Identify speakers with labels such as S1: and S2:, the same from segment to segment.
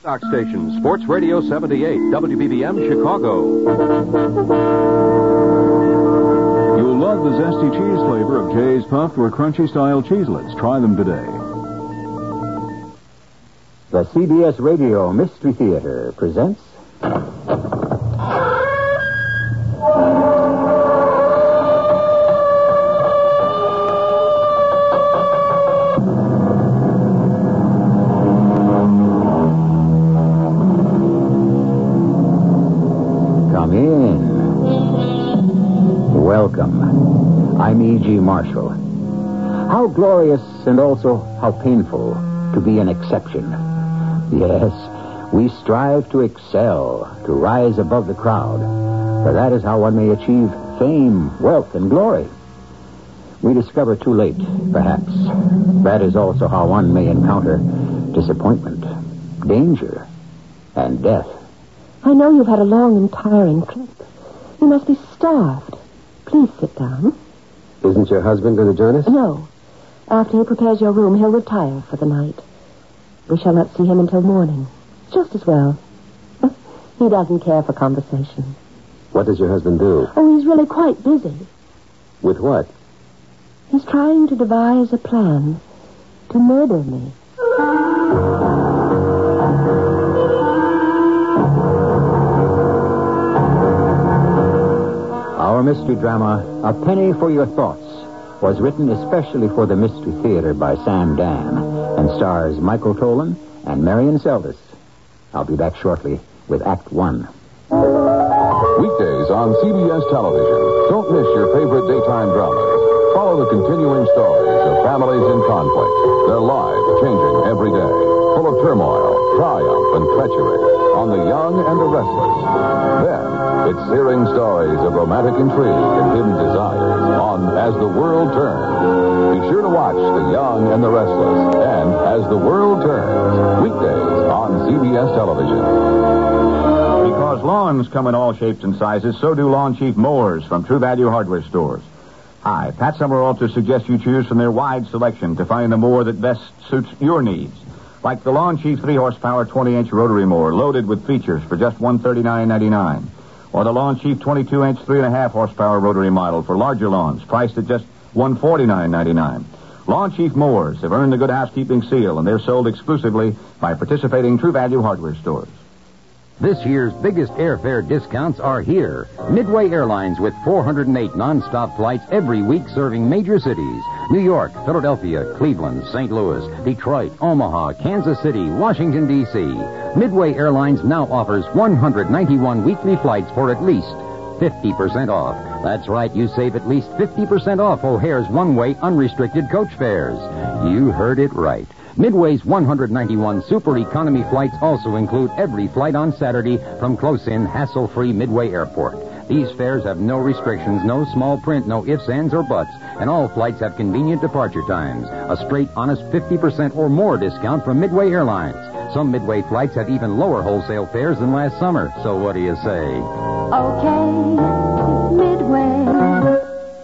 S1: Stock Station, Sports Radio 78, WBBM, Chicago.
S2: You'll love the zesty cheese flavor of Jay's Puffed or Crunchy Style Cheeselets. Try them today.
S3: The CBS Radio Mystery Theater presents. Come in. Welcome. I'm E.G. Marshall. How glorious and also how painful to be an exception. Yes, we strive to excel, to rise above the crowd, for that is how one may achieve fame, wealth, and glory. We discover too late, perhaps. That is also how one may encounter disappointment, danger, and death.
S4: I know you've had a long and tiring trip. You must be starved. Please sit down.
S5: Isn't your husband going to join us?
S4: No. After he prepares your room, he'll retire for the night. We shall not see him until morning. Just as well. He doesn't care for conversation.
S5: What does your husband do?
S4: Oh, he's really quite busy.
S5: With what?
S4: He's trying to devise a plan to murder me.
S3: Our mystery drama, A Penny for Your Thoughts, was written especially for the Mystery Theater by Sam Dan and stars Michael Tolan and Marion Seldes. I'll be back shortly with Act One.
S6: Weekdays on CBS television. Don't miss your favorite daytime dramas. Follow the continuing stories of families in conflict. Their lives changing every day, full of turmoil, triumph, and treachery. On the young and the restless. Then, it's searing stories of romantic intrigue and hidden desires on As the World Turns. Be sure to watch The Young and the Restless and As the World Turns. Weekdays on CBS television.
S7: Because lawns come in all shapes and sizes, so do Lawn Chief mowers from True Value Hardware Stores. Hi, Pat Summerall to suggest you choose from their wide selection to find the mower that best suits your needs. Like the Lawn Chief 3 horsepower 20 inch rotary mower loaded with features for just $139.99. Or the Lawn Chief 22 inch 3.5 horsepower rotary model for larger lawns priced at just $149.99. Lawn Chief mowers have earned the Good Housekeeping Seal and they're sold exclusively by participating True Value Hardware stores.
S8: This year's biggest airfare discounts are here. Midway Airlines with 408 nonstop flights every week serving major cities New York, Philadelphia, Cleveland, St. Louis, Detroit, Omaha, Kansas City, Washington, D.C. Midway Airlines now offers 191 weekly flights for at least 50% off. That's right, you save at least 50% off O'Hare's one way unrestricted coach fares. You heard it right. Midway's 191 super economy flights also include every flight on Saturday from close in, hassle free Midway Airport. These fares have no restrictions, no small print, no ifs, ands, or buts, and all flights have convenient departure times. A straight, honest 50% or more discount from Midway Airlines. Some Midway flights have even lower wholesale fares than last summer, so what do you say?
S9: Okay, midway.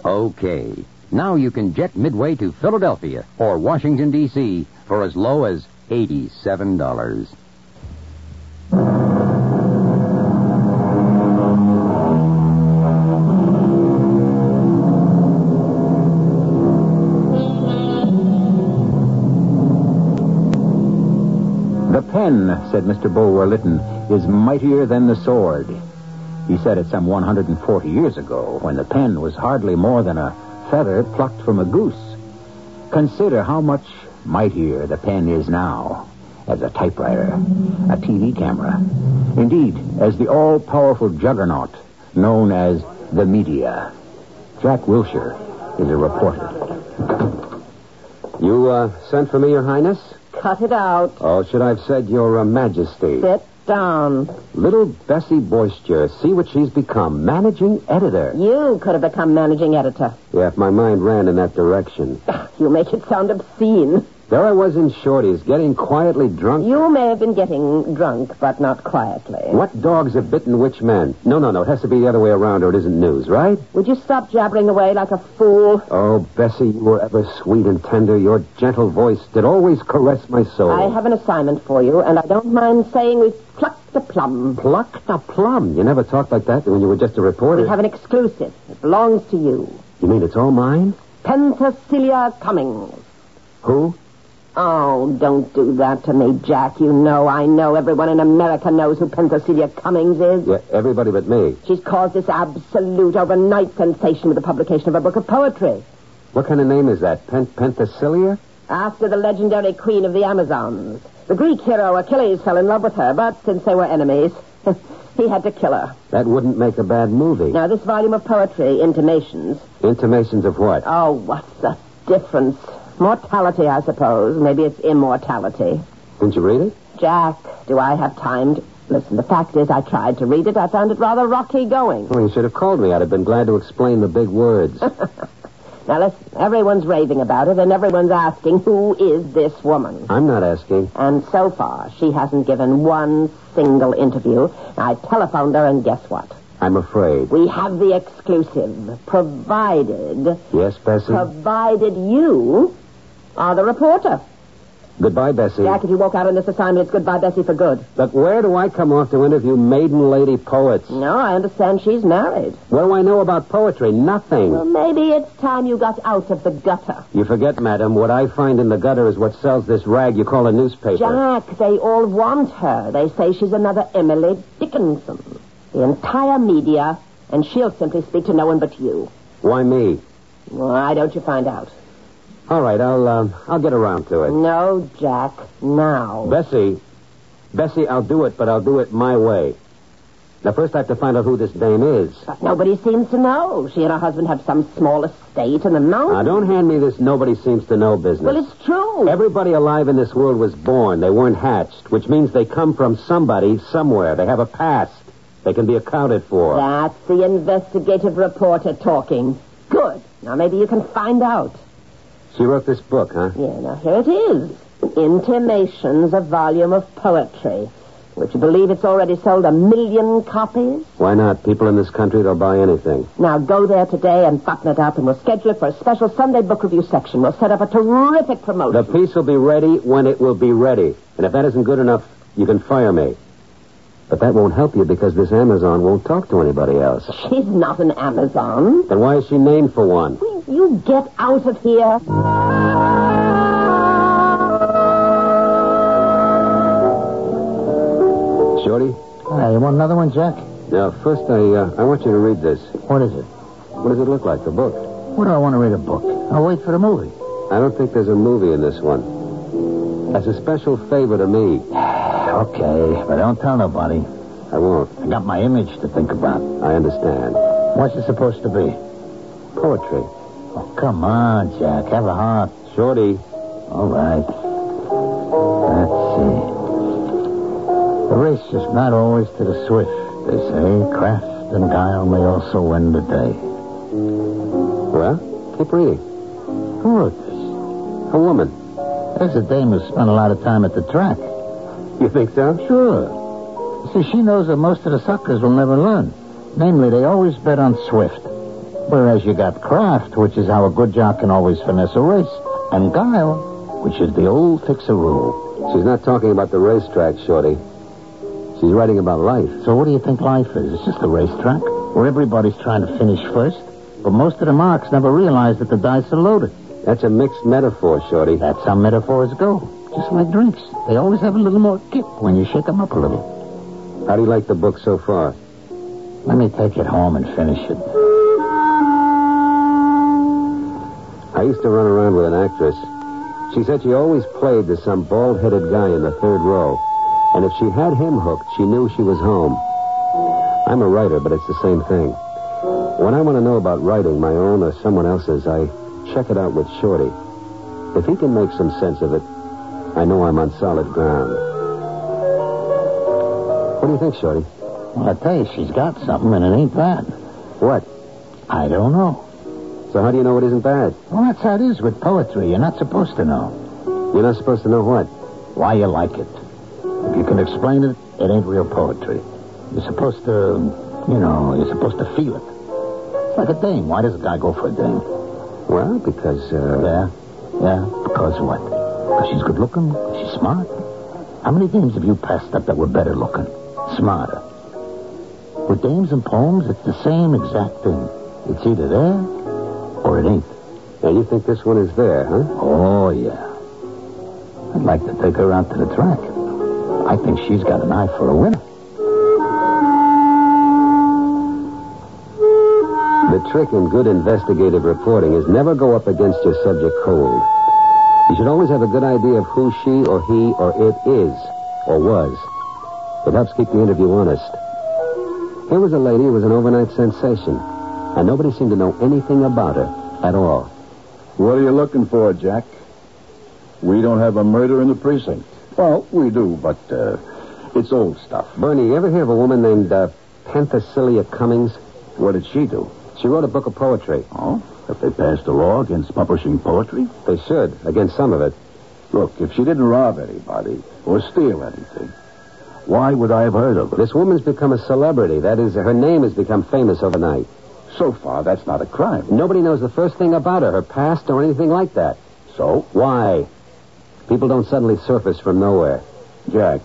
S8: Okay. Now you can jet midway to Philadelphia or Washington, D.C. for as low as $87.
S3: The pen, said Mr. Bulwer Lytton, is mightier than the sword. He said it some 140 years ago, when the pen was hardly more than a feather plucked from a goose. Consider how much mightier the pen is now as a typewriter, a TV camera, indeed, as the all powerful juggernaut known as the media. Jack Wilshire is a reporter.
S5: You uh, sent for me, Your Highness?
S4: Cut it out.
S5: Oh, should I have said Your uh, Majesty?
S4: Sit down.
S5: Little Bessie Boister, see what she's become. Managing editor.
S4: You could have become managing editor.
S5: Yeah, if my mind ran in that direction.
S4: You make it sound obscene.
S3: There I was in Shorty's, getting quietly drunk.
S4: You may have been getting drunk, but not quietly.
S3: What dogs have bitten which man? No, no, no. It has to be the other way around, or it isn't news, right?
S4: Would you stop jabbering away like a fool?
S3: Oh, Bessie, you were ever sweet and tender. Your gentle voice did always caress my soul.
S4: I have an assignment for you, and I don't mind saying we've plucked a plum.
S3: Plucked a plum. You never talked like that when you were just a reporter.
S4: We have an exclusive. It belongs to you.
S3: You mean it's all mine?
S4: Penthesilia Cummings.
S3: Who?
S4: Oh, don't do that to me, Jack. You know, I know everyone in America knows who Penthesilia Cummings is.
S3: Yeah, everybody but me.
S4: She's caused this absolute overnight sensation with the publication of a book of poetry.
S3: What kind of name is that? Pen- Penthesilia?
S4: After the legendary queen of the Amazons. The Greek hero Achilles fell in love with her, but since they were enemies, he had to kill her.
S3: That wouldn't make a bad movie.
S4: Now, this volume of poetry, Intimations.
S3: Intimations of what?
S4: Oh, what's the difference? Mortality, I suppose. Maybe it's immortality.
S3: Didn't you read it?
S4: Jack, do I have time to... Listen, the fact is I tried to read it. I found it rather rocky going.
S3: Well, you should have called me. I'd have been glad to explain the big words.
S4: now, listen, everyone's raving about it, and everyone's asking, who is this woman?
S3: I'm not asking.
S4: And so far, she hasn't given one single interview. I telephoned her, and guess what?
S3: I'm afraid.
S4: We have the exclusive, provided.
S3: Yes, Bessie?
S4: Uh, Provided you are the reporter.
S3: Goodbye, Bessie.
S4: Jack, if you walk out on this assignment, it's goodbye, Bessie, for good.
S3: But where do I come off to interview maiden lady poets?
S4: No, I understand she's married.
S3: What do I know about poetry? Nothing.
S4: Well, maybe it's time you got out of the gutter.
S3: You forget, madam, what I find in the gutter is what sells this rag you call a newspaper.
S4: Jack, they all want her. They say she's another Emily Dickinson. The entire media, and she'll simply speak to no one but you.
S3: Why me?
S4: Why don't you find out?
S3: All right, I'll uh, I'll get around to
S4: Mm.
S3: it.
S4: No, Jack, now.
S3: Bessie, Bessie, I'll do it, but I'll do it my way. Now, first I have to find out who this dame is.
S4: But nobody seems to know. She and her husband have some small estate in the mountains.
S3: Now, don't hand me this nobody seems to know business.
S4: Well, it's true.
S3: Everybody alive in this world was born. They weren't hatched, which means they come from somebody somewhere. They have a past. They can be accounted for.
S4: That's the investigative reporter talking. Good. Now, maybe you can find out.
S3: She wrote this book, huh?
S4: Yeah, now here it is. Intimations, a volume of poetry. Would you believe it's already sold a million copies?
S3: Why not? People in this country, they'll buy anything.
S4: Now go there today and button it up, and we'll schedule it for a special Sunday book review section. We'll set up a terrific promotion.
S3: The piece will be ready when it will be ready. And if that isn't good enough, you can fire me. But that won't help you because this Amazon won't talk to anybody else.
S4: She's not an Amazon.
S3: Then why is she named for one?
S4: Will you get out of here?
S3: Shorty?
S7: Hey, you want another one, Jack?
S3: Now, first, I, uh, I want you to read this.
S7: What is it?
S3: What does it look like, the book?
S7: What do I want to read a book? I'll wait for the movie.
S3: I don't think there's a movie in this one. That's a special favor to me.
S7: Okay, but don't tell nobody.
S3: I won't.
S7: I got my image to think about.
S3: I understand.
S7: What's it supposed to be?
S3: Poetry.
S7: Oh, come on, Jack. Have a heart.
S3: Shorty.
S7: All right. Let's see. The race is not always to the swift, they say. Craft and guile may also win the day.
S3: Well, keep reading.
S7: Who wrote this?
S3: A woman.
S7: There's a dame who spent a lot of time at the track.
S3: You think so?
S7: Sure. See, she knows that most of the suckers will never learn. Namely, they always bet on Swift. Whereas you got craft, which is how a good jock can always finesse a race, and guile, which is the old fixer rule.
S3: She's not talking about the racetrack, Shorty. She's writing about life.
S7: So what do you think life is? It's just a racetrack where everybody's trying to finish first, but most of the marks never realize that the dice are loaded.
S3: That's a mixed metaphor, Shorty.
S7: That's how metaphors go just like drinks. They always have a little more kick when you shake them up a little.
S3: How do you like the book so far?
S7: Let me take it home and finish it.
S3: I used to run around with an actress. She said she always played to some bald headed guy in the third row. And if she had him hooked, she knew she was home. I'm a writer, but it's the same thing. When I want to know about writing, my own or someone else's, I check it out with Shorty. If he can make some sense of it, I know I'm on solid ground. What do you think, Shorty?
S7: Well, I tell you, she's got something, and it ain't bad.
S3: What?
S7: I don't know.
S3: So how do you know it isn't bad?
S7: Well, that's how it is with poetry. You're not supposed to know.
S3: You're not supposed to know what.
S10: Why you like it. If you can explain it, it ain't real poetry. You're supposed to, you know, you're supposed to feel it. It's like a dame. Why does a guy go for a dame?
S3: Well, because, uh...
S10: Yeah? Yeah? Because what? Because she's good looking? She's smart? How many dames have you passed up that were better looking? Smarter? With dames and poems, it's the same exact thing. It's either there or it ain't.
S3: Now, you think this one is there, huh?
S10: Oh, yeah. I'd like to take her out to the track. I think she's got an eye for a winner.
S3: The trick in good investigative reporting is never go up against your subject cold. You should always have a good idea of who she or he or it is or was. It helps keep the interview honest. Here was a lady who was an overnight sensation, and nobody seemed to know anything about her at all.
S9: What are you looking for, Jack? We don't have a murder in the precinct. Well, we do, but uh, it's old stuff.
S3: Bernie, you ever hear of a woman named uh, Penthesilia Cummings?
S9: What did she do?
S3: She wrote a book of poetry.
S9: Oh? If they passed a law against publishing poetry?
S3: They should, against some of it.
S9: Look, if she didn't rob anybody or steal anything, why would I have heard of her?
S3: This woman's become a celebrity. That is, her name has become famous overnight.
S9: So far, that's not a crime.
S3: Nobody knows the first thing about her, her past, or anything like that.
S9: So?
S3: Why? People don't suddenly surface from nowhere.
S9: Jack,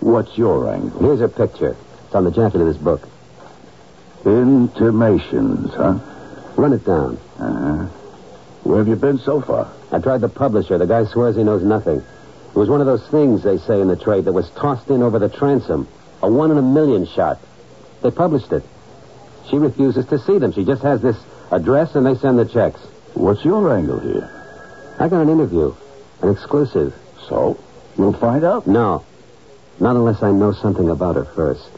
S9: what's your angle?
S3: Here's her picture. It's on the jacket of this book.
S9: Intimations, huh?
S3: Run it down.
S9: Uh-huh. Where have you been so far?
S3: I tried the publisher. The guy swears he knows nothing. It was one of those things they say in the trade that was tossed in over the transom. A one in a million shot. They published it. She refuses to see them. She just has this address and they send the checks.
S9: What's your angle here?
S3: I got an interview. An exclusive.
S9: So? We'll find out.
S3: No. Not unless I know something about her first.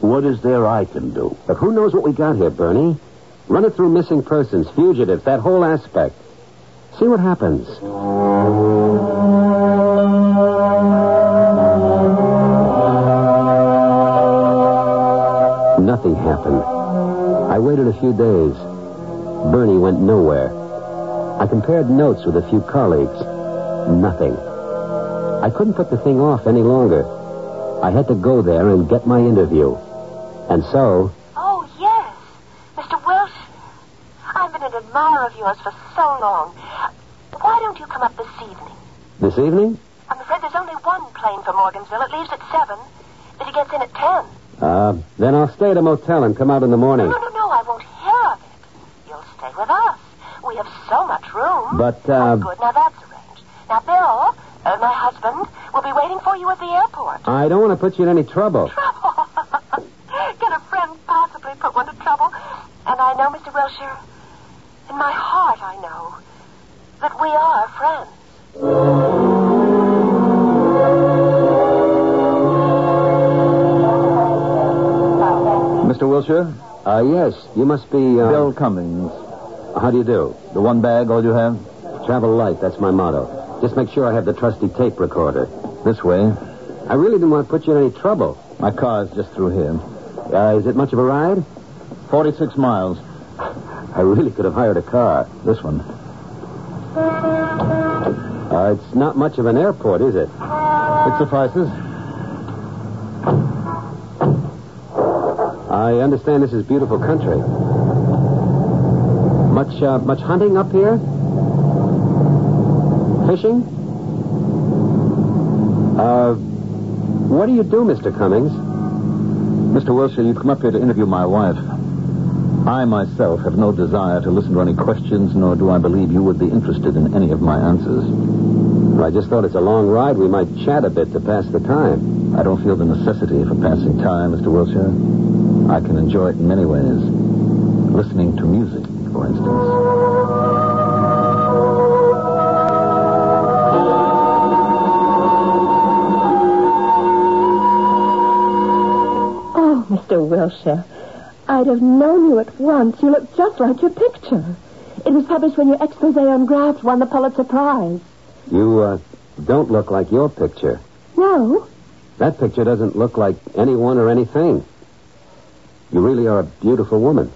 S9: What is there I can do?
S3: But who knows what we got here, Bernie? Run it through missing persons, fugitives, that whole aspect. See what happens. Nothing happened. I waited a few days. Bernie went nowhere. I compared notes with a few colleagues. Nothing. I couldn't put the thing off any longer. I had to go there and get my interview. And so,
S11: Oh, yes. Mr. Wilson, I've been an admirer of yours for so long. Why don't you come up this evening?
S3: this evening?
S11: I'm afraid there's only one plane for Morganville. It leaves at 7. But it gets in at 10.
S3: Uh, then I'll stay at a motel and come out in the morning.
S11: No, no, no, I won't hear of it. You'll stay with us. We have so much room.
S3: But, uh,
S11: Oh, good, now that's arranged. Now, Bill, uh, my husband, will be waiting for you at the airport.
S3: I don't want to put you in any trouble.
S11: Can a friend possibly put one to trouble? And I know, Mr. Wilshire, in my heart I know that we are friends.
S7: Mr. Wilshire,
S3: Uh, yes, you must be, uh...
S7: Bill Cummings.
S3: How do you do?
S7: The one bag, all you have?
S3: Travel light, that's my motto. Just make sure I have the trusty tape recorder.
S7: This way.
S3: I really didn't want to put you in any trouble.
S7: My car's just through here.
S3: Uh, is it much of a ride?
S7: 46 miles.
S3: I really could have hired a car.
S7: This one.
S3: Uh, it's not much of an airport, is it?
S7: It suffices.
S3: I understand this is beautiful country. Much, uh, much hunting up here? Fishing? Uh, what do you do, Mr. Cummings?
S7: Mr. Wilshire, you've come up here to interview my wife. I myself have no desire to listen to any questions, nor do I believe you would be interested in any of my answers.
S3: I just thought it's a long ride. We might chat a bit to pass the time.
S7: I don't feel the necessity for passing time, Mr. Wilshire. I can enjoy it in many ways. Listening to music, for instance.
S4: Oh, Mr. Wilshire, I'd have known you at once. You look just like your picture. It was published when your expose on graft won the Pulitzer Prize.
S3: You, uh, don't look like your picture.
S4: No?
S3: That picture doesn't look like anyone or anything. You really are a beautiful woman.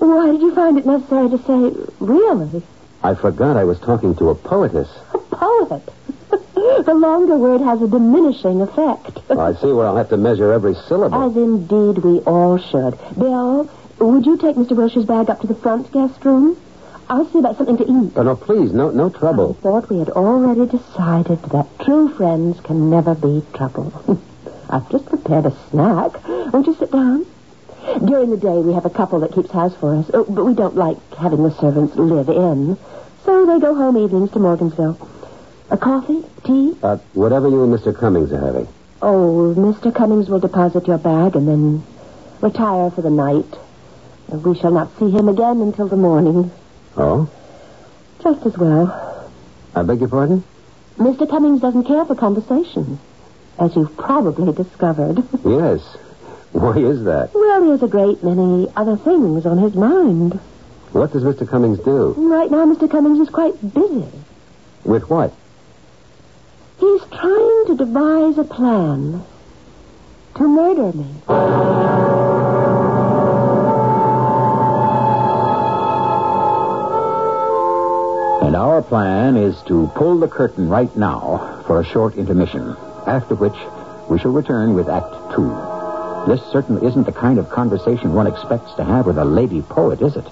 S4: Why did you find it necessary to say, really?
S3: I forgot I was talking to a poetess.
S4: A poet? the longer word has a diminishing effect.
S3: Well, I see where I'll have to measure every syllable.
S4: As indeed we all should. Bill, would you take Mr. Wilshire's bag up to the front guest room? I'll see about something to eat.
S3: Oh, no, please, no, no trouble.
S4: I thought we had already decided that true friends can never be trouble. I've just prepared a snack. Won't you sit down? During the day, we have a couple that keeps house for us, oh, but we don't like having the servants live in, so they go home evenings to Morgansville. A coffee? Tea?
S3: Uh, whatever you and Mr. Cummings are having.
S4: Oh, Mr. Cummings will deposit your bag and then retire for the night. We shall not see him again until the morning.
S3: Oh?
S4: Just as well.
S3: I beg your pardon?
S4: Mr. Cummings doesn't care for conversation, as you've probably discovered.
S3: yes. Why is that?
S4: Well, he has a great many other things on his mind.
S3: What does Mr. Cummings do?
S4: Right now, Mr. Cummings is quite busy.
S3: With what?
S4: He's trying to devise a plan to murder me.
S10: And our plan is to pull the curtain right now for a short intermission, after which we shall return with Act Two. This certainly isn't the kind of conversation one expects to have with a lady poet, is it?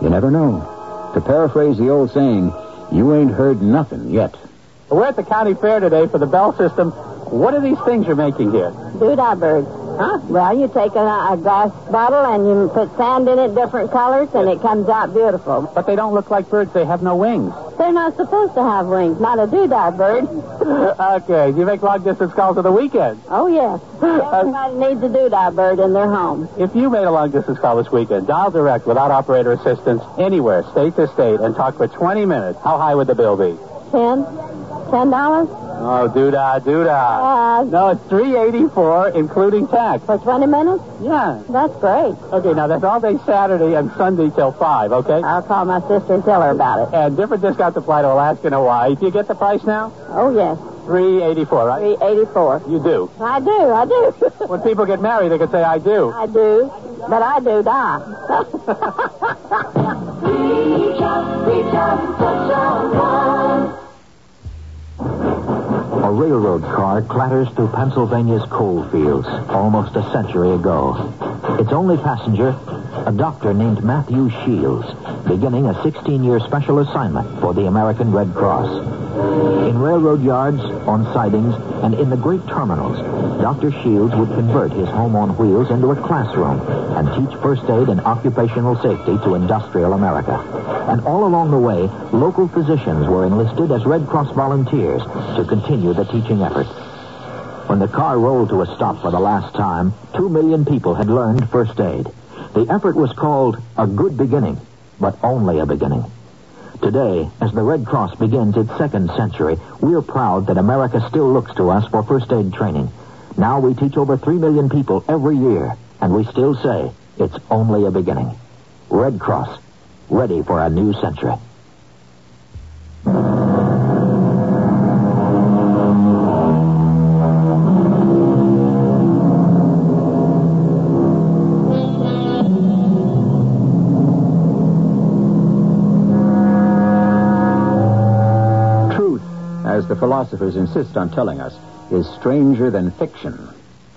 S10: You never know. To paraphrase the old saying, you ain't heard nothing yet.
S12: We're at the county fair today for the bell system. What are these things you're making here?
S13: Doodlebergs.
S12: Huh?
S13: Well, you take a, a, glass bottle and you put sand in it, different colors, and it comes out beautiful.
S12: But they don't look like birds. They have no wings.
S13: They're not supposed to have wings. Not a doodah bird.
S12: okay. You make long distance calls of the weekend.
S13: Oh, yes. Everybody uh, needs a doodah bird in their home.
S12: If you made a long distance call this weekend, dial direct without operator assistance anywhere, state to state, and talk for 20 minutes, how high would the bill be?
S13: Ten. Ten dollars?
S12: Oh, doodah, doodah.
S13: Yes.
S12: No, it's three eighty four, including tax.
S13: For twenty minutes?
S12: Yeah.
S13: That's great.
S12: Okay, now that's all day Saturday and Sunday till five, okay?
S13: I'll call my sister and tell her about it.
S12: And different discounts apply to Alaska and Hawaii. Do you get the price now?
S13: Oh yes.
S12: Three eighty four, right?
S13: Three eighty four.
S12: You do.
S13: I do, I do.
S12: when people get married they can say I do.
S13: I do. But I do die. reach out, reach out, touch
S10: our a railroad car clatters through Pennsylvania's coal fields almost a century ago. Its only passenger, a doctor named Matthew Shields, beginning a 16 year special assignment for the American Red Cross. In railroad yards, on sidings, and in the great terminals, Dr. Shields would convert his home on wheels into a classroom and teach first aid and occupational safety to industrial America. And all along the way, local physicians were enlisted as Red Cross volunteers to continue the teaching effort. When the car rolled to a stop for the last time, two million people had learned first aid. The effort was called A Good Beginning, but only a beginning. Today, as the Red Cross begins its second century, we're proud that America still looks to us for first aid training. Now we teach over three million people every year, and we still say it's only a beginning. Red Cross, ready for a new century. as the philosophers insist on telling us, is stranger than fiction,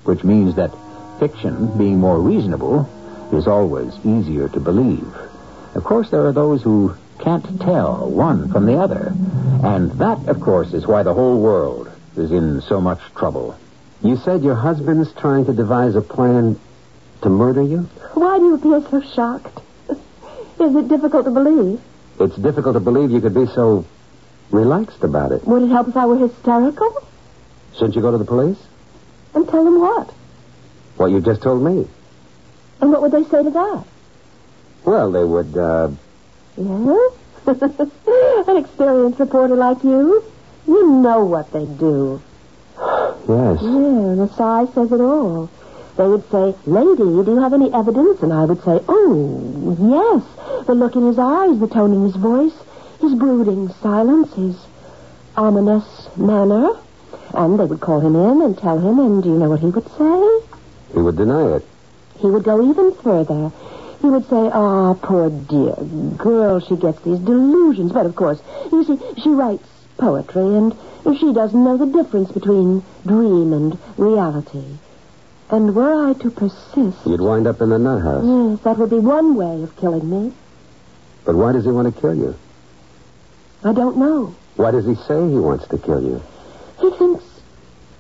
S10: which means that fiction, being more reasonable, is always easier to believe. Of course, there are those who can't tell one from the other, and that, of course, is why the whole world is in so much trouble.
S3: You said your husband's trying to devise a plan to murder you?
S4: Why do you appear so shocked? Is it difficult to believe?
S3: It's difficult to believe you could be so relaxed about it.
S4: Would it help if I were hysterical?
S3: Shouldn't you go to the police?
S4: And tell them what?
S3: What you just told me.
S4: And what would they say to that?
S3: Well, they would, uh...
S4: Yes? An experienced reporter like you. You know what they do.
S3: yes.
S4: Yeah, the size says it all. They would say, Lady, do you have any evidence? And I would say, Oh, yes. The look in his eyes, the tone in his voice his brooding silence, his ominous manner. And they would call him in and tell him, and do you know what he would say?
S3: He would deny it.
S4: He would go even further. he would say, Ah, poor dear girl, she gets these delusions. But of course, you see, she writes poetry, and she doesn't know the difference between dream and reality. And were I to persist,
S3: You'd wind up in the nut house.
S4: yes, that would be one way of killing me.
S3: But why does he want to kill you?
S4: I don't know.
S3: Why does he say he wants to kill you?
S4: He thinks.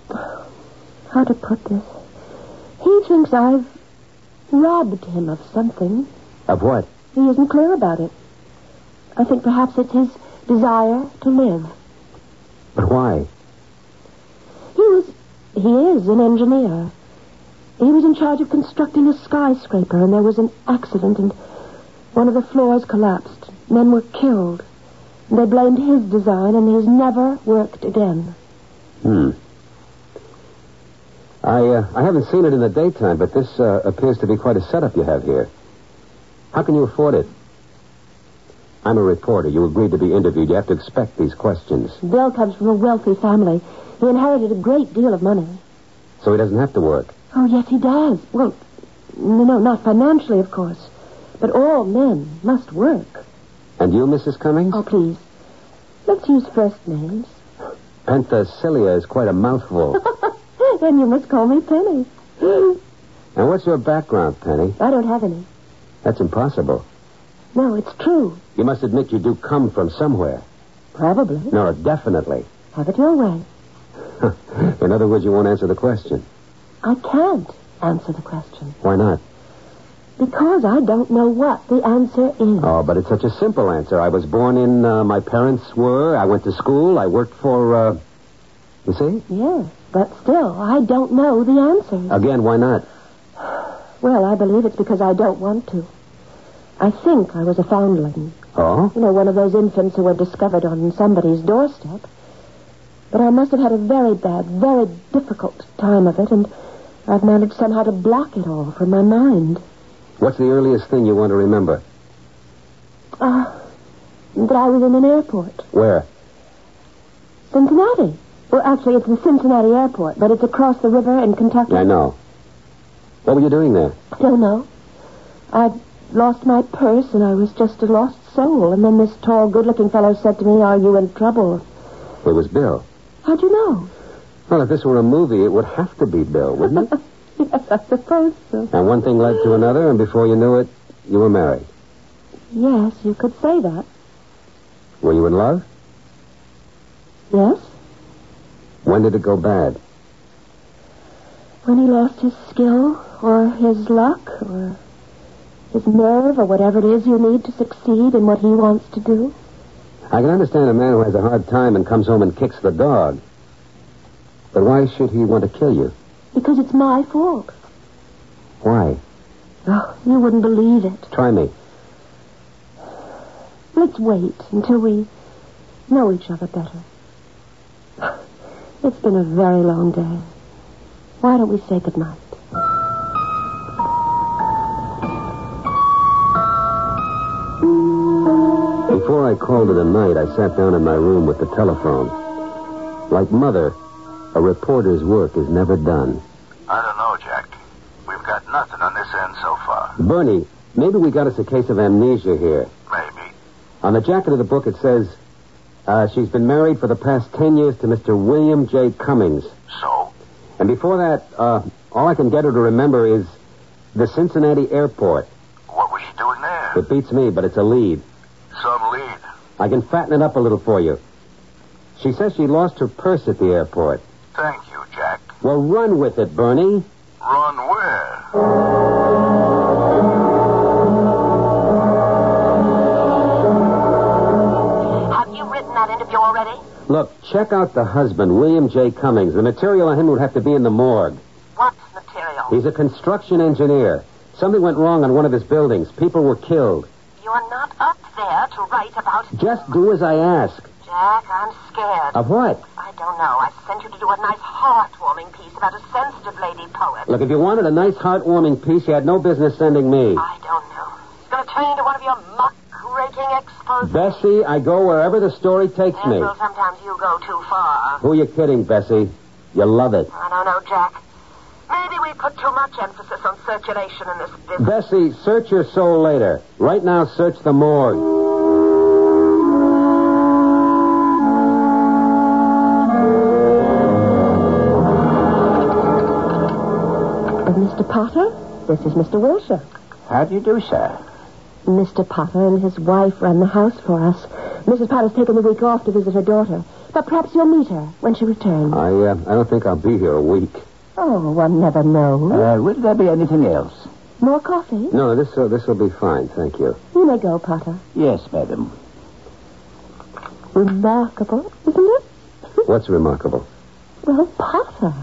S4: How to put this? He thinks I've robbed him of something.
S3: Of what?
S4: He isn't clear about it. I think perhaps it's his desire to live.
S3: But why?
S4: He was. He is an engineer. He was in charge of constructing a skyscraper, and there was an accident, and one of the floors collapsed. Men were killed. They blamed his design, and he's never worked again.
S3: Hmm. I uh, I haven't seen it in the daytime, but this uh, appears to be quite a setup you have here. How can you afford it? I'm a reporter. You agreed to be interviewed. You have to expect these questions,
S4: Bill comes from a wealthy family. He inherited a great deal of money.
S3: so he doesn't have to work.
S4: Oh, yes, he does. Well, no, no, not financially, of course. But all men must work.
S3: And you, Mrs. Cummings?
S4: Oh, please. Let's use first names.
S3: Penthesilia is quite a mouthful.
S4: then you must call me Penny. I
S3: now, what's your background, Penny?
S4: don't have any.
S3: That's impossible.
S4: No, it's true.
S3: You must admit you do come from somewhere.
S4: Probably.
S3: No, definitely.
S4: Have it your way.
S3: In other words, you won't answer the question.
S4: I can't answer the question
S3: Why not?
S4: because I don't know what the answer is.
S3: Oh, but it's such a simple answer. I was born in, uh, my parents were, I went to school, I worked for, uh, you see?
S4: Yes, but still, I don't know the answer.
S3: Again, why not?
S4: Well, I believe it's because I don't want to. I think I was a foundling.
S3: Oh?
S4: You know, one of those infants who were discovered on somebody's doorstep. But I must have had a very bad, very difficult time of it, and I've managed somehow to block it all from my mind.
S3: What's the earliest thing you want to remember?
S4: Ah, that I was in an airport.
S3: Where?
S4: Cincinnati. Well, actually, it's the Cincinnati airport, but it's across the river in Kentucky.
S3: I know. What were you doing there?
S4: Don't know. I lost my purse, and I was just a lost soul. And then this tall, good-looking fellow said to me, are you in trouble?
S3: It was Bill.
S4: How'd you know?
S3: Well, if this were a movie, it would have to be Bill, wouldn't it?
S4: Yes, I suppose so.
S3: and one thing led to another, and before you knew it, you were married.
S4: Yes, you could say that.
S3: Were you in love?
S4: Yes?
S3: When did it go bad?
S4: When he lost his skill, or his luck, or his nerve, or whatever it is you need to succeed in what he wants to do.
S3: I can understand a man who has a hard time and comes home and kicks the dog. But why should he want to kill you?
S4: Because it's my fault.
S3: Why?
S4: Oh, you wouldn't believe it.
S3: Try me.
S4: Let's wait until we know each other better. It's been a very long day. Why don't we say goodnight?
S3: Before I called it a night, I sat down in my room with the telephone. Like mother, a reporter's work is never done.
S14: I don't know, Jack. We've got nothing on this end so far.
S3: Bernie, maybe we got us a case of amnesia here.
S14: Maybe.
S3: On the jacket of the book, it says, uh, she's been married for the past ten years to Mr. William J. Cummings.
S14: So?
S3: And before that, uh, all I can get her to remember is the Cincinnati airport.
S14: What was she doing there?
S3: It beats me, but it's a lead.
S14: Some lead.
S3: I can fatten it up a little for you. She says she lost her purse at the airport.
S14: Thank you, Jack.
S3: Well, run with it, Bernie.
S14: Run where?
S11: Have you written that interview already?
S3: Look, check out the husband, William J. Cummings. The material on him would have to be in the morgue.
S11: What's material?
S3: He's a construction engineer. Something went wrong on one of his buildings. People were killed.
S11: You're not up there to write about.
S3: Just do as I ask.
S11: Jack, I'm scared.
S3: Of what?
S11: I don't know. I sent you to do a nice heartwarming piece about a sensitive lady poet.
S3: Look, if you wanted a nice, heartwarming piece, you had no business sending me.
S11: I don't know. It's going to turn into one of your muck-raking expos.
S3: Bessie, I go wherever the story takes me.
S11: Well, sometimes you go too far.
S3: Who are you kidding, Bessie? You love it.
S11: I don't know, Jack. Maybe we we put too much emphasis on circulation in this business.
S3: Bessie, search your soul later. Right now, search the morgue.
S4: Uh, Mr. Potter, this is Mr. Wilshire.
S15: How do you do, sir?
S4: Mr. Potter and his wife run the house for us. Mrs. Potter's taken the week off to visit her daughter. But perhaps you'll meet her when she returns.
S3: I, uh, I don't think I'll be here a week.
S4: Oh, one never knows.
S15: Uh, will there be anything else?
S4: More coffee?
S3: No, this uh, this will be fine, thank you.
S4: You may go, Potter.
S15: Yes, madam.
S4: Remarkable, isn't it?
S3: What's remarkable?
S4: Well, Potter.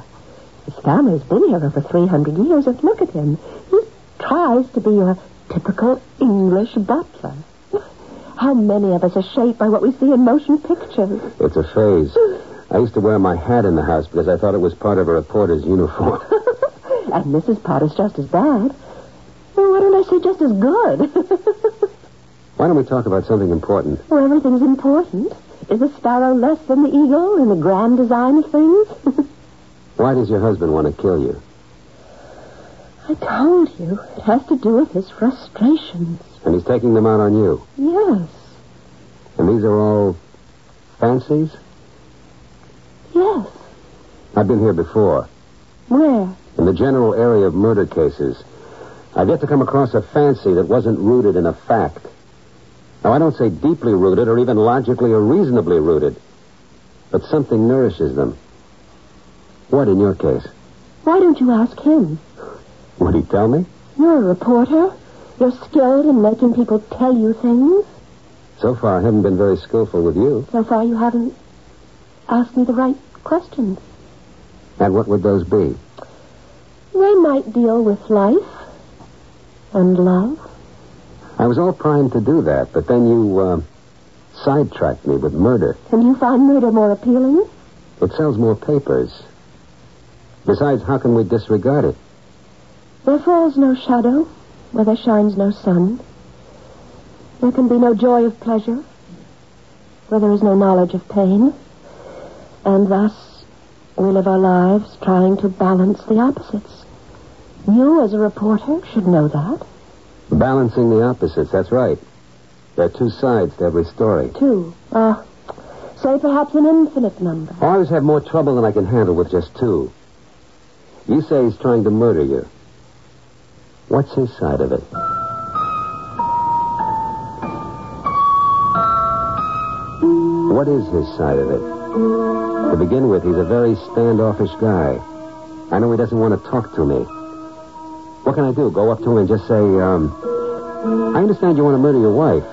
S4: His family's been here over 300 years. Just look at him. He tries to be your typical English butler. How many of us are shaped by what we see in motion pictures?
S3: It's a phase. I used to wear my hat in the house because I thought it was part of a reporter's uniform.
S4: And Mrs. Potter's just as bad. Well, why don't I say just as good?
S3: Why don't we talk about something important?
S4: well, everything's important. Is the sparrow less than the eagle in the grand design of things?
S3: Why does your husband want to kill you?
S4: I told you, it has to do with his frustrations.
S3: And he's taking them out on you.
S4: Yes,
S3: And these are all fancies?
S4: yes.
S3: I've been here before.
S4: Where?
S3: In the general area of murder cases, I've yet to come across a fancy that wasn't rooted in a fact. Now, I don't say deeply rooted or even logically or reasonably rooted, but something nourishes them. What in your case?
S4: Why don't you ask him?
S3: Would he tell me?
S4: You're a reporter. You're skilled in making people tell you things.
S3: So far, I haven't been very skillful with you.
S4: So far, you haven't asked me the right questions.
S3: And what would those be?
S4: They might deal with life and love.
S3: I was all primed to do that, but then you uh, sidetracked me with murder.
S4: And you find murder more appealing?
S3: It sells more papers. Besides, how can we disregard it?
S4: There falls no shadow where there shines no sun. There can be no joy of pleasure where there is no knowledge of pain. And thus, we live our lives trying to balance the opposites. You, as a reporter, should know that,
S3: Balancing the opposites, that's right. There are two sides to every story.
S4: too. Uh, say perhaps an infinite number.
S3: I always have more trouble than I can handle with just two. You say he's trying to murder you. What's his side of it? What is his side of it? To begin with, he's a very standoffish guy. I know he doesn't want to talk to me. What can I do? Go up to him and just say, um, I understand you want to murder your wife.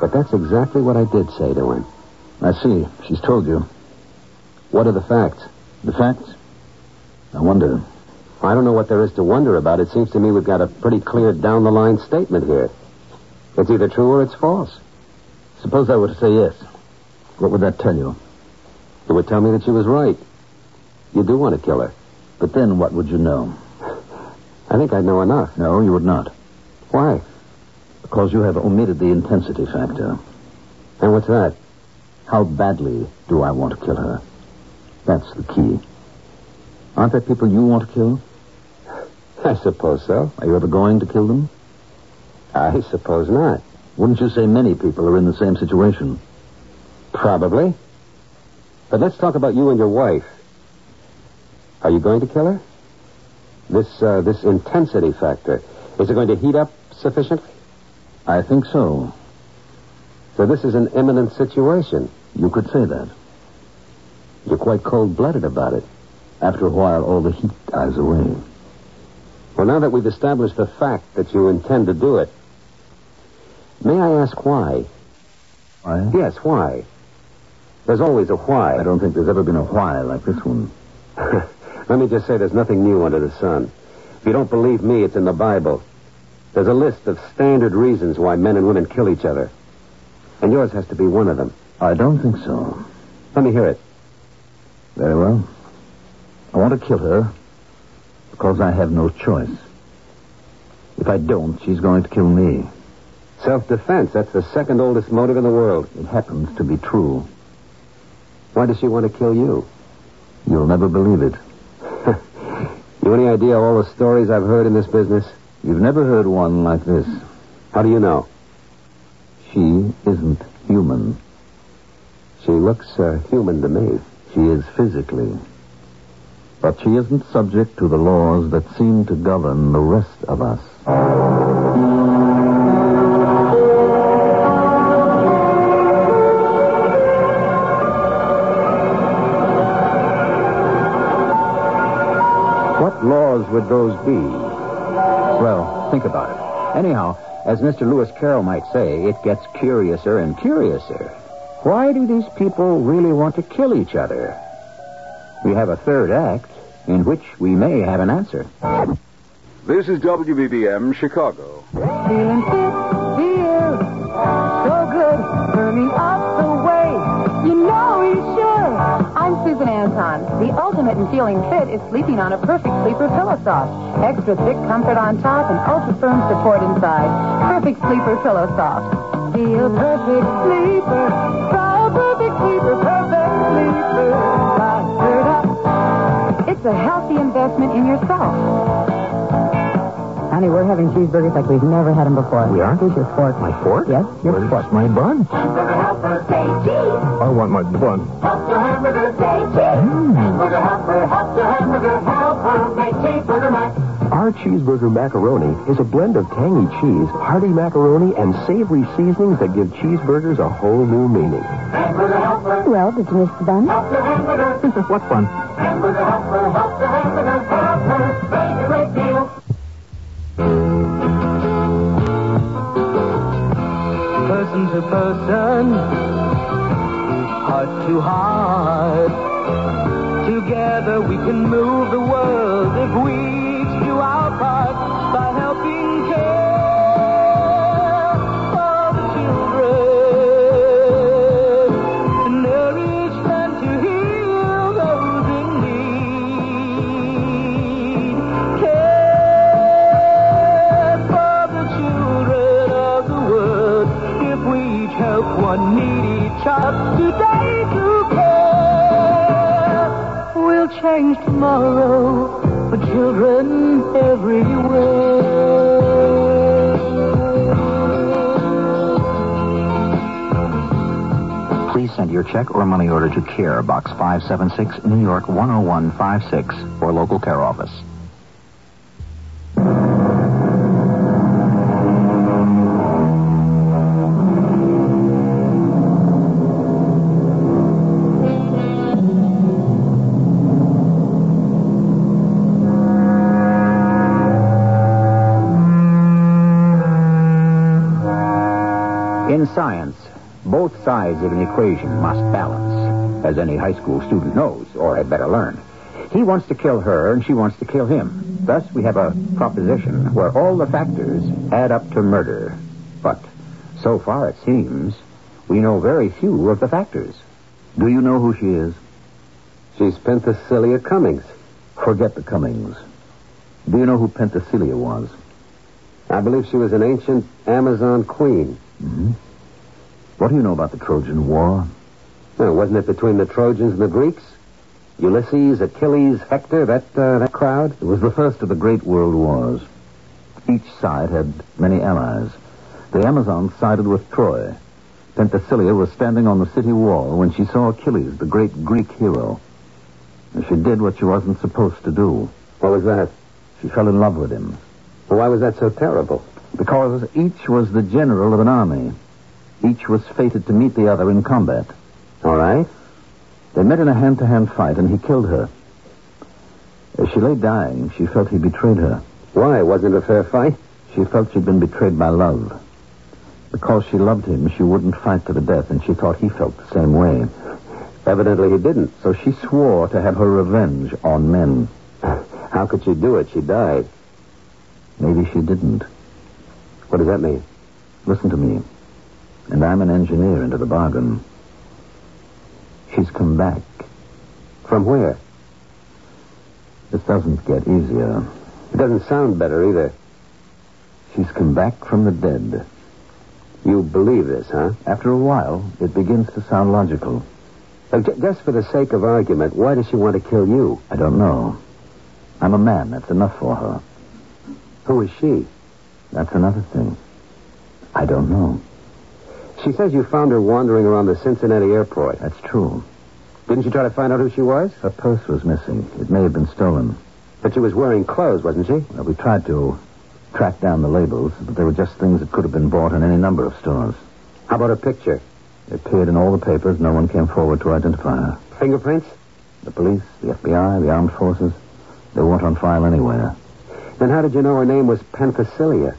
S3: But that's exactly what I did say to him.
S7: I see. She's told you.
S3: What are the facts?
S7: The facts? I wonder.
S3: I don't know what there is to wonder about. It seems to me we've got a pretty clear down the line statement here. It's either true or it's false.
S7: Suppose I were to say yes. What would that tell you?
S3: It would tell me that she was right. You do want to kill her.
S7: But then what would you know?
S3: I think I'd know enough.
S7: No, you would not.
S3: Why?
S7: Because you have omitted the intensity factor.
S3: And what's that?
S7: How badly do I want to kill her? That's the key. Aren't there people you want to kill?
S3: I suppose so.
S7: Are you ever going to kill them?
S3: I suppose not.
S7: Wouldn't you say many people are in the same situation?
S3: Probably. But let's talk about you and your wife. Are you going to kill her? This uh, this intensity factor is it going to heat up sufficiently?
S7: I think so.
S3: So this is an imminent situation.
S7: You could say that.
S3: You're quite cold-blooded about it.
S7: After a while, all the heat dies away.
S3: Well, now that we've established the fact that you intend to do it, may I ask why?
S7: Why?
S3: Yes, why? There's always a why.
S7: I don't think there's ever been a why like this one.
S3: Let me just say there's nothing new under the sun. If you don't believe me, it's in the Bible. There's a list of standard reasons why men and women kill each other. And yours has to be one of them.
S7: I don't think so.
S3: Let me hear it.
S7: Very well. I want to kill her because I have no choice. If I don't, she's going to kill me.
S3: Self defense, that's the second oldest motive in the world.
S7: It happens to be true.
S3: Why does she want to kill you?
S7: You'll never believe it.
S3: You any idea all the stories I've heard in this business?
S7: You've never heard one like this.
S3: How do you know?
S7: She isn't human.
S3: She looks uh, human to me.
S7: She is physically. But she isn't subject to the laws that seem to govern the rest of us.
S3: What laws would those be?
S7: Well, think about it. Anyhow, as Mr. Lewis Carroll might say, it gets curiouser and curiouser. Why do these people really want to kill each other? We have a third act in which we may have an answer.
S16: This is WBBM Chicago.
S17: Feeling feel so good, burning up the way. You know you should.
S18: I'm Susan Anton. The ultimate in feeling fit is sleeping on a perfect sleeper pillow soft. Extra thick comfort on top and ultra firm support inside. Perfect sleeper pillow soft.
S17: Feel perfect sleeper. Try perfect sleeper, perfect sleeper. Try third up.
S18: It's a healthy investment in yourself.
S19: Honey, we're having cheeseburgers like we've never had them before.
S7: We are?
S19: Here's your fork.
S7: My fork?
S19: Yes, your
S7: Where's
S19: fork.
S7: my bun?
S17: Hamburger helper, say cheese.
S7: I want my bun.
S17: Help your hamburger, say cheese.
S20: Mm.
S17: Hamburger helper, help your hamburger, help her make cheeseburger mac.
S20: Our cheeseburger macaroni is a blend of tangy cheese, hearty macaroni, and savory seasonings that give cheeseburgers a whole new meaning.
S17: Hamburger helper,
S19: Well, did you miss the bun?
S17: help your hamburger.
S7: what bun?
S17: Hamburger helper, help your hamburger, help her make a great deal.
S10: person to person, heart to heart. Together we can move the world if we each do our part by helping care for the children, to nourish and to heal those in need. Care for the children of the world if we each help one need each other today to care. We'll change tomorrow for children everywhere.
S7: Please send your check or money order to CARE, Box 576, New York 10156, or local care office.
S21: In science, both sides of an equation must balance, as any high school student knows, or had better learn. He wants to kill her, and she wants to kill him. Thus, we have a proposition where all the factors add up to murder. But, so far it seems, we know very few of the factors. Do you know who she is?
S3: She's Penthesilia Cummings.
S7: Forget the Cummings. Do you know who Penthesilea was?
S3: I believe she was an ancient Amazon queen.
S7: Mhm. What do you know about the Trojan War?
S3: Now, wasn't it between the Trojans and the Greeks? Ulysses, Achilles, Hector, that, uh, that crowd?
S7: It was the first of the great world wars. Each side had many allies. The Amazons sided with Troy. Penthesilia was standing on the city wall when she saw Achilles, the great Greek hero. And she did what she wasn't supposed to do.
S3: What was that?
S7: She fell in love with him
S3: Well, why was that so terrible?
S7: because each was the general of an army. Each was fated to meet the other in combat.
S3: All right.
S7: They met in a hand to hand fight, and he killed her. As she lay dying, she felt he betrayed her.
S3: Why? Wasn't it a fair fight?
S7: She felt she'd been betrayed by love. Because she loved him, she wouldn't fight to the death, and she thought he felt the same way.
S3: Evidently he didn't.
S7: So she swore to have her revenge on men.
S3: How could she do it? She died.
S7: Maybe she didn't.
S3: What does that mean?
S7: Listen to me. And I'm an engineer into the bargain. She's come back.
S3: From where?
S7: It doesn't get easier.
S3: It doesn't sound better either.
S7: She's come back from the dead.
S3: You believe this, huh?
S7: After a while, it begins to sound logical.
S3: Now, ju- just for the sake of argument, why does she want to kill you?
S7: I don't know. I'm a man. That's enough for her.
S3: Who is she?
S7: That's another thing. I don't know.
S3: She says you found her wandering around the Cincinnati airport.
S7: That's true.
S3: Didn't you try to find out who she was?
S7: Her purse was missing. It may have been stolen.
S3: But she was wearing clothes, wasn't she?
S7: Well, we tried to track down the labels, but they were just things that could have been bought in any number of stores.
S3: How about her picture?
S7: It appeared in all the papers. No one came forward to identify her.
S3: Fingerprints?
S7: The police, the FBI, the armed forces, they weren't on file anywhere.
S3: Then how did you know her name was Penthesilia?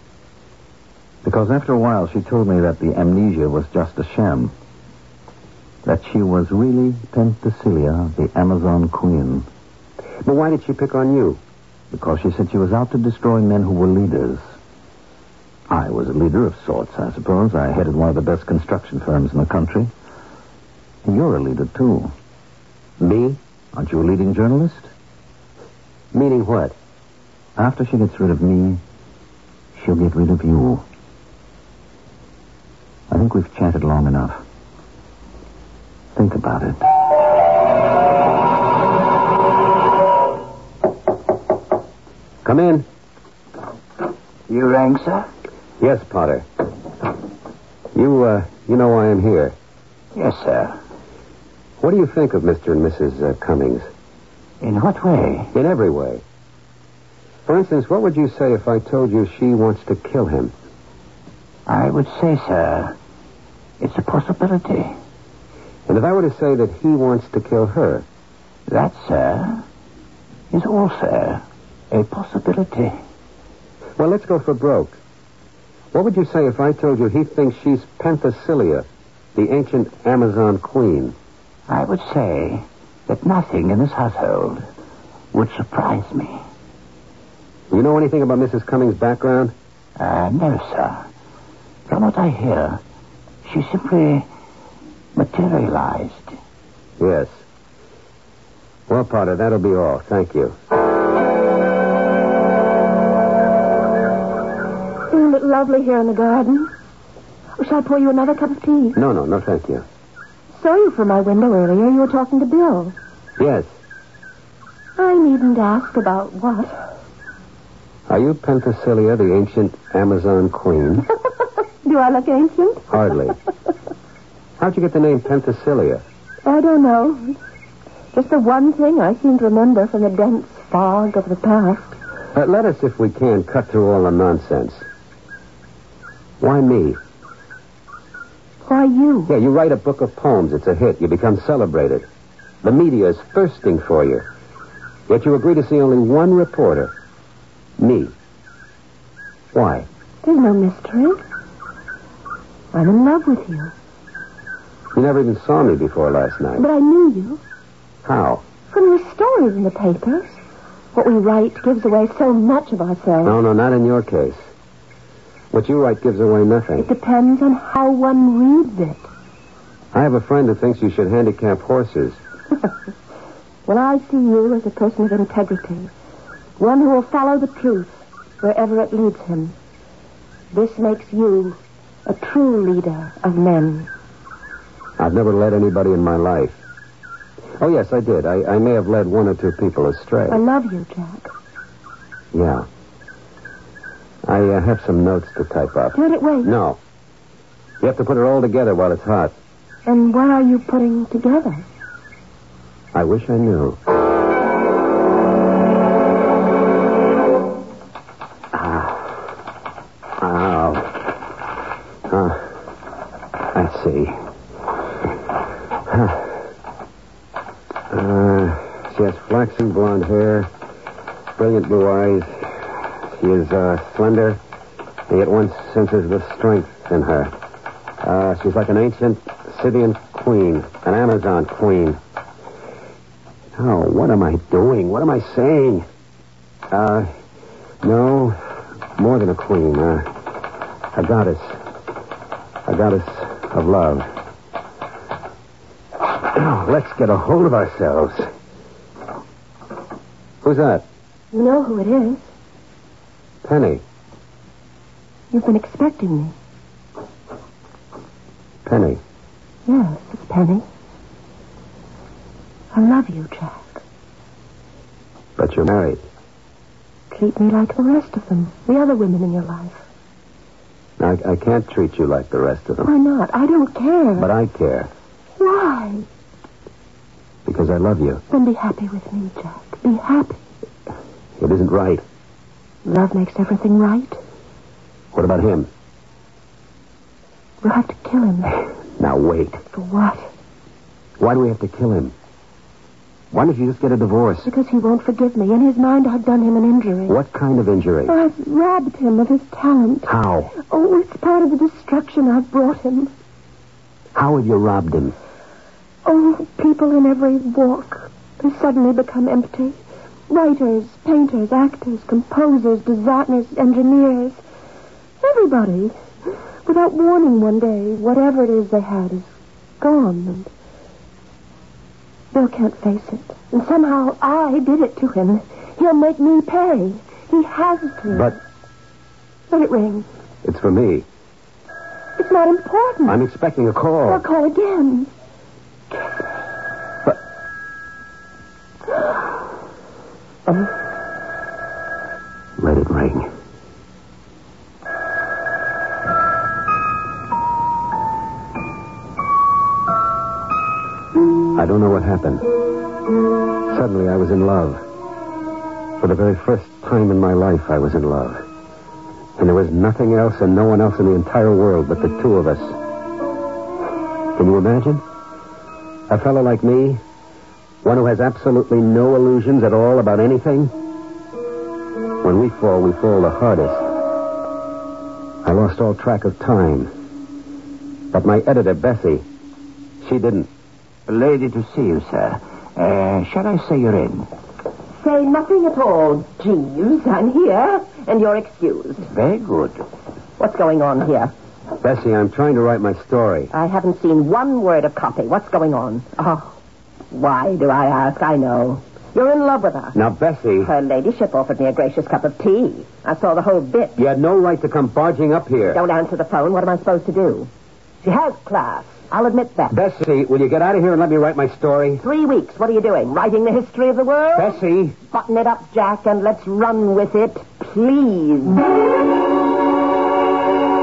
S7: Because after a while she told me that the amnesia was just a sham. That she was really Penthesilia, the Amazon queen.
S3: But why did she pick on you?
S7: Because she said she was out to destroy men who were leaders. I was a leader of sorts, I suppose. I headed one of the best construction firms in the country. You're a leader, too.
S3: Me?
S7: Aren't you a leading journalist?
S3: Meaning what?
S7: After she gets rid of me, she'll get rid of you. I think we've chatted long enough. Think about it.
S3: Come in.
S15: You rang, sir?
S3: Yes, Potter. You, uh, you know why I'm here.
S15: Yes, sir.
S3: What do you think of Mr. and Mrs. Uh, Cummings?
S15: In what way?
S3: In every way. For instance, what would you say if I told you she wants to kill him?
S15: I would say, sir, it's a possibility.
S3: And if I were to say that he wants to kill her?
S15: That, sir, is also a possibility.
S3: Well, let's go for broke. What would you say if I told you he thinks she's Penthesilia, the ancient Amazon queen?
S15: I would say that nothing in this household would surprise me.
S3: You know anything about Mrs. Cummings' background?
S15: Uh, no, sir. From what I hear, she simply materialized.
S3: Yes. Well, Potter, that'll be all. Thank you.
S4: Isn't it lovely here in the garden? Oh, shall I pour you another cup of tea?
S3: No, no, no, thank you.
S4: Saw you from my window earlier. You were talking to Bill.
S3: Yes.
S4: I needn't ask about what.
S3: Are you Penthesilia, the ancient Amazon queen?
S4: Do I look ancient?
S3: Hardly. How'd you get the name Penthesilia?
S4: I don't know. Just the one thing I seem to remember from the dense fog of the past.
S3: Uh, let us, if we can, cut through all the nonsense. Why me?
S4: Why you?
S3: Yeah, you write a book of poems. It's a hit. You become celebrated. The media is thirsting for you. Yet you agree to see only one reporter. Me. Why?
S4: There's no mystery. I'm in love with you.
S3: You never even saw me before last night.
S4: But I knew you.
S3: How?
S4: From your stories in the papers. What we write gives away so much of ourselves.
S3: No, no, not in your case. What you write gives away nothing.
S4: It depends on how one reads it.
S3: I have a friend who thinks you should handicap horses.
S4: well, I see you as a person of integrity, one who will follow the truth wherever it leads him. This makes you a true leader of men.
S3: I've never led anybody in my life. Oh, yes, I did. I, I may have led one or two people astray.
S4: I love you, Jack.
S3: Yeah. I uh, have some notes to type up.
S4: Let it wait.
S3: No. You have to put it all together while it's hot.
S4: And what are you putting together?
S3: I wish I knew. Ah. Ah. Ah. Let's see. Huh. Uh, she has flaxen blonde hair, brilliant blue eyes, she is uh, slender, and yet one senses the strength in her. Uh, she's like an ancient Scythian queen, an Amazon queen. Oh, what am I doing? What am I saying? Uh, no, more than a queen, uh, a goddess. A goddess of love. Oh, let's get a hold of ourselves. Who's that?
S4: You know who it is.
S3: Penny.
S4: You've been expecting me.
S3: Penny.
S4: Yes, it's Penny. I love you, Jack.
S3: But you're married.
S4: treat me like the rest of them, the other women in your life.
S3: I, I can't treat you like the rest of
S4: Why
S3: them.
S4: not? I don't care.
S3: But I care
S4: Why?
S3: because I love you.
S4: Then be happy with me, Jack. Be happy.
S3: It isn't right.
S4: Love makes everything right.
S3: What about him?
S4: We'll have to kill him.
S3: Now wait.
S4: For what?
S3: Why do we have to kill him? Why don't you just get a divorce?
S4: Because he won't forgive me. In his mind, I've done him an injury.
S3: What kind of injury?
S4: I've robbed him of his talent.
S3: How?
S4: Oh, it's part of the destruction I've brought him.
S3: How have you robbed him?
S4: Oh, people in every walk have suddenly become empty. Writers, painters, actors, composers, designers, engineers. Everybody. Without warning one day, whatever it is they had is gone. And Bill can't face it. And somehow I did it to him. He'll make me pay. He has to.
S3: But
S4: Let it ring.
S3: it's for me.
S4: It's not important.
S3: I'm expecting a call.
S4: I'll call again.
S3: Let it ring. I don't know what happened. Suddenly, I was in love. For the very first time in my life, I was in love. And there was nothing else and no one else in the entire world but the two of us. Can you imagine? A fellow like me, one who has absolutely no illusions at all about anything. When we fall, we fall the hardest. I lost all track of time. But my editor, Bessie, she didn't.
S15: Lady to see you, sir. Uh, shall I say you're in?
S4: Say nothing at all, Jeeves. I'm here, and you're excused.
S3: Very good.
S4: What's going on here?
S3: Bessie, I'm trying to write my story.
S4: I haven't seen one word of copy. What's going on? Oh, why do I ask? I know. You're in love with her.
S3: Now, Bessie,
S4: Her ladyship offered me a gracious cup of tea. I saw the whole bit.
S3: you had no right to come barging up here.
S4: Don't answer the phone. What am I supposed to do? She has class. I'll admit that.
S3: Bessie, will you get out of here and let me write my story?
S4: Three weeks. What are you doing? Writing the history of the world?
S3: Bessie.
S4: Button it up, Jack, and let's run with it, please.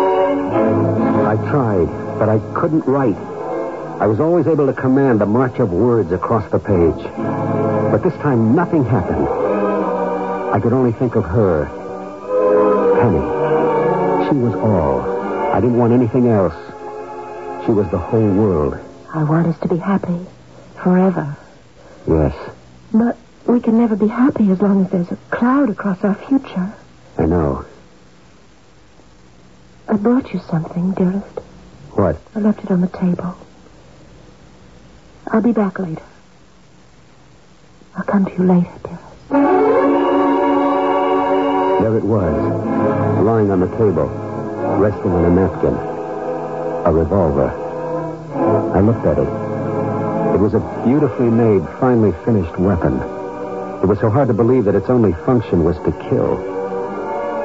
S3: I tried, but I couldn't write. I was always able to command the march of words across the page. But this time, nothing happened. I could only think of her. Penny. She was all. I didn't want anything else. She was the whole world.
S4: I want us to be happy forever.
S3: Yes,
S4: But we can never be happy as long as there's a cloud across our future.
S3: I know.
S4: I brought you something, dearest.
S3: What?
S4: I left it on the table. I'll be back later. I'll come to you later, dear.
S3: There it was, lying on the table, resting on a napkin. A revolver. I looked at it. It was a beautifully made, finely finished weapon. It was so hard to believe that its only function was to kill.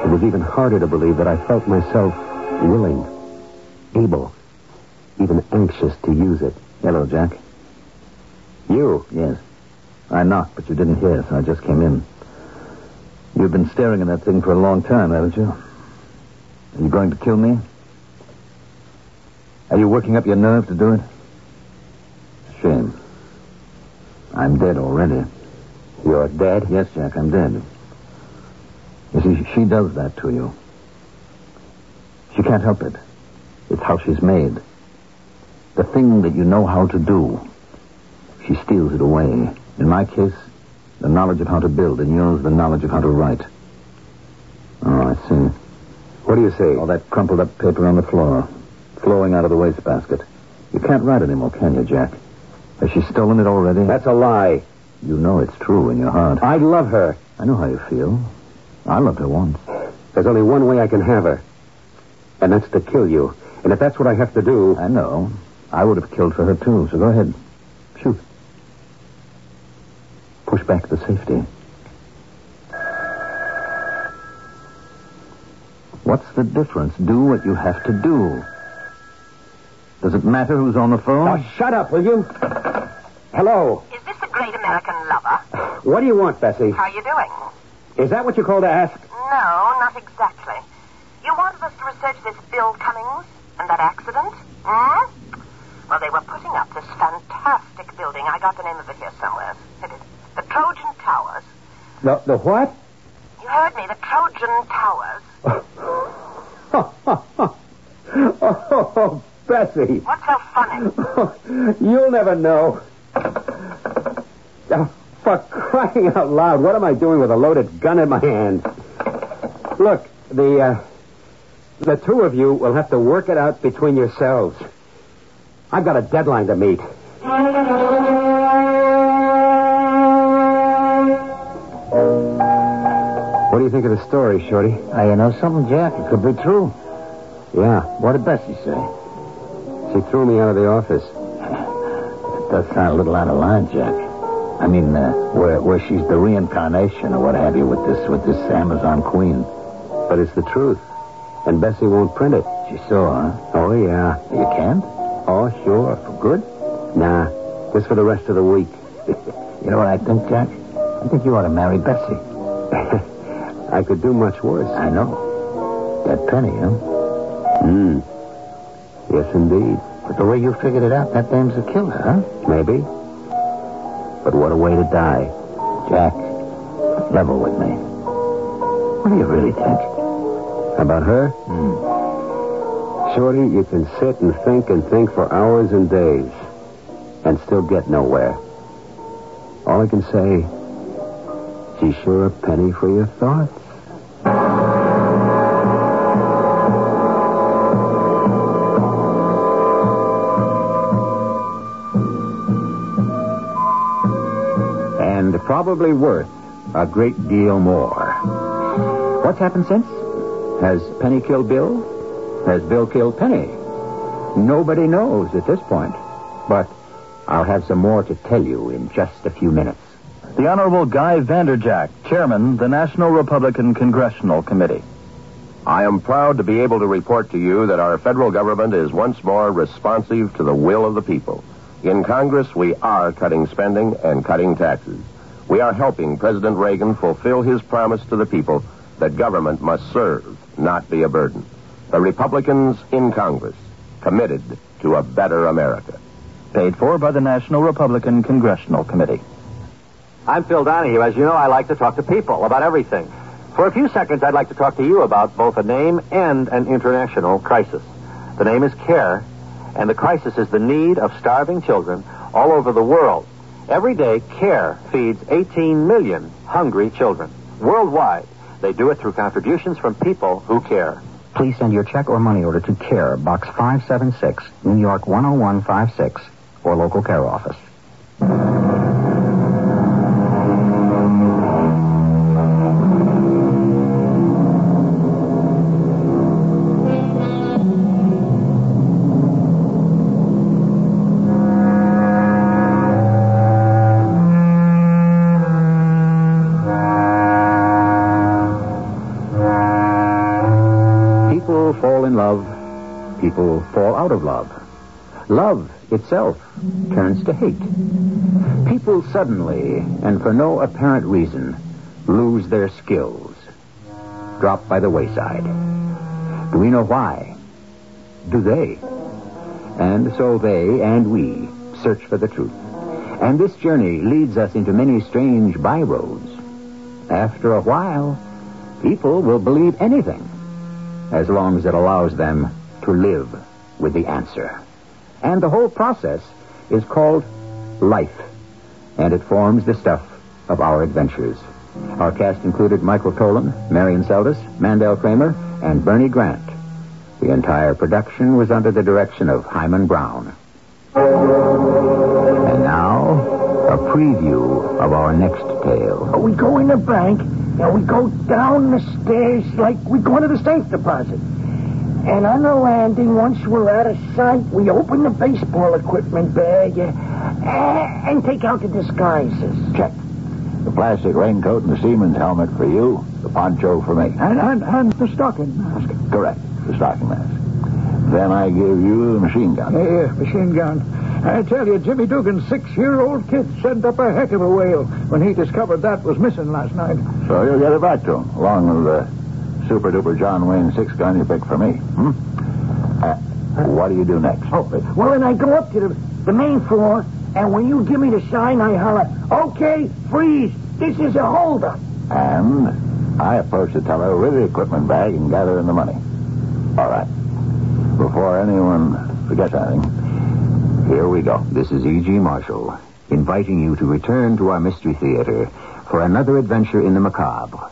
S3: It was even harder to believe that I felt myself willing, able, even anxious to use it.
S7: Hello, Jack.
S3: You?
S7: Yes. I knocked, but you didn't hear, so I just came in. You've been staring at that thing for a long time, haven't you? Are you going to kill me? Are you working up your nerve to do it? Shame. I'm dead already.
S3: You're dead?
S7: Yes, Jack, I'm dead. You see, she does that to you. She can't help it. It's how she's made. The thing that you know how to do, she steals it away. In my case, the knowledge of how to build. In yours, the knowledge of how to write. Oh, I see.
S3: What do you say?
S7: All that crumpled up paper on the floor, flowing out of the wastebasket. You can't write anymore, can you, Jack? Has she stolen it already?
S3: That's a lie.
S7: You know it's true in your heart.
S3: I love her.
S7: I know how you feel. I loved her once.
S3: There's only one way I can have her, and that's to kill you. And if that's what I have to do,
S7: I know. I would have killed for her, too, so go ahead. Shoot. Push back the safety. What's the difference? Do what you have to do. Does it matter who's on the phone?
S3: Now, shut up, will you? Hello.
S11: Is this the great American lover?
S3: What do you want, Bessie?
S11: How you doing?
S22: Is that what you call to ask?
S11: No, not exactly. You wanted us to research this Bill Cummings and that accident? Hmm? Well, they were putting up this fantastic building. I got the name of it here somewhere. It is the Trojan Towers.
S22: The, the what?
S11: You heard me, the Trojan Towers.
S22: Oh, Betsy.
S11: What's so funny?
S22: You'll never know. Oh, for crying out loud, what am I doing with a loaded gun in my hand? Look, the uh, the two of you will have to work it out between yourselves. I've got a deadline to meet.
S3: What do you think of the story, Shorty?
S15: I Uh, you know something, Jack. It could be true.
S3: Yeah.
S15: What did Bessie say?
S3: She threw me out of the office.
S15: That does sound a little out of line, Jack. I mean, uh, where where she's the reincarnation or what have you with this with this Amazon queen.
S3: But it's the truth. And Bessie won't print it.
S15: She saw, huh?
S3: Oh, yeah.
S15: You can't?
S3: Oh, sure.
S15: For good?
S3: Nah. Just for the rest of the week.
S15: You know what I think, Jack? I think you ought to marry Bessie.
S3: I could do much worse.
S15: I know. That penny, huh?
S3: Hmm. Yes, indeed.
S15: But the way you figured it out, that dame's a killer, huh?
S3: Maybe.
S15: But what a way to die. Jack, level with me. What do you really think?
S3: About her? Shorty, you can sit and think and think for hours and days and still get nowhere. All I can say, she's sure a penny for your thoughts.
S10: and probably worth a great deal more. What's happened since? Has Penny killed Bill? Has Bill killed Penny? Nobody knows at this point, but I'll have some more to tell you in just a few minutes.
S23: The Honorable Guy Vanderjack, Chairman, the National Republican Congressional Committee.
S24: I am proud to be able to report to you that our federal government is once more responsive to the will of the people. In Congress, we are cutting spending and cutting taxes. We are helping President Reagan fulfill his promise to the people that government must serve, not be a burden. The Republicans in Congress, committed to a better America.
S23: Paid for by the National Republican Congressional Committee.
S25: I'm Phil Donahue. As you know, I like to talk to people about everything. For a few seconds, I'd like to talk to you about both a name and an international crisis. The name is CARE, and the crisis is the need of starving children all over the world. Every day, CARE feeds 18 million hungry children worldwide. They do it through contributions from people who care.
S10: Please send your check or money order to CARE, Box 576, New York 10156, or local care office. People fall in love. People fall out of love. Love itself turns to hate. People suddenly, and for no apparent reason, lose their skills, drop by the wayside. Do we know why? Do they? And so they and we search for the truth. And this journey leads us into many strange byroads. After a while, people will believe anything as long as it allows them to live with the answer. And the whole process is called life, and it forms the stuff of our adventures. Our cast included Michael Tolan, Marion Seldes, Mandel Kramer, and Bernie Grant. The entire production was under the direction of Hyman Brown. And now, a preview of our next tale.
S15: We go in the bank, and we go down the stairs like we go into the safe deposit. And on the landing, once we're out of sight, we open the baseball equipment bag uh, and take out the disguises. Check.
S7: The plastic raincoat and the seaman's helmet for you, the poncho for me.
S15: And, and, and the stocking mask.
S7: Correct, the stocking mask. Then I give you the machine gun.
S15: Yeah, machine gun.
S26: I tell you, Jimmy Dugan's six-year-old kid sent up a heck of a wail when he discovered that was missing last night.
S7: So you'll get it back to him, along with the super duper John Wayne six gun you picked for me. Hmm? Uh, what do you do next? Oh,
S27: Well, then I go up to the, the main floor, and when you give me the sign, I holler, okay, freeze. This is a holdup.
S7: And I approach the teller with the equipment bag and gather in the money. All right. Before anyone forgets anything, here we go.
S28: This is E.G. Marshall, inviting you to return to our Mystery Theater for another adventure in the macabre.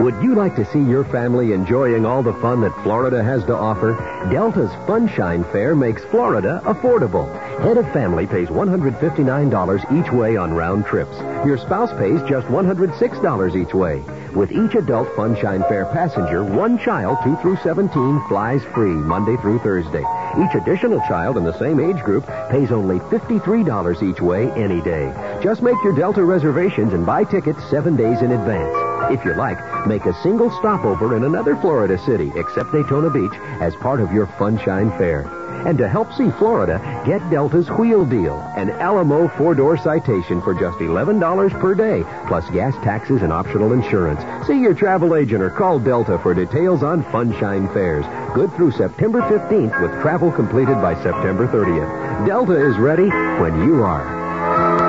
S10: Would you like to see your family enjoying all the fun that Florida has to offer? Delta's Funshine Fair makes Florida affordable. Head of family pays $159 each way on round trips. Your spouse pays just $106 each way. With each adult Funshine Fair passenger, one child, 2 through 17, flies free Monday through Thursday. Each additional child in the same age group pays only $53 each way any day. Just make your Delta reservations and buy tickets seven days in advance. If you like, make a single stopover in another Florida city, except Daytona Beach, as part of your Funshine Fair. And to help see Florida, get Delta's Wheel Deal, an Alamo four-door citation for just $11 per day, plus gas taxes and optional insurance. See your travel agent or call Delta for details on Funshine Fairs. Good through September 15th with travel completed by September 30th. Delta is ready when you are.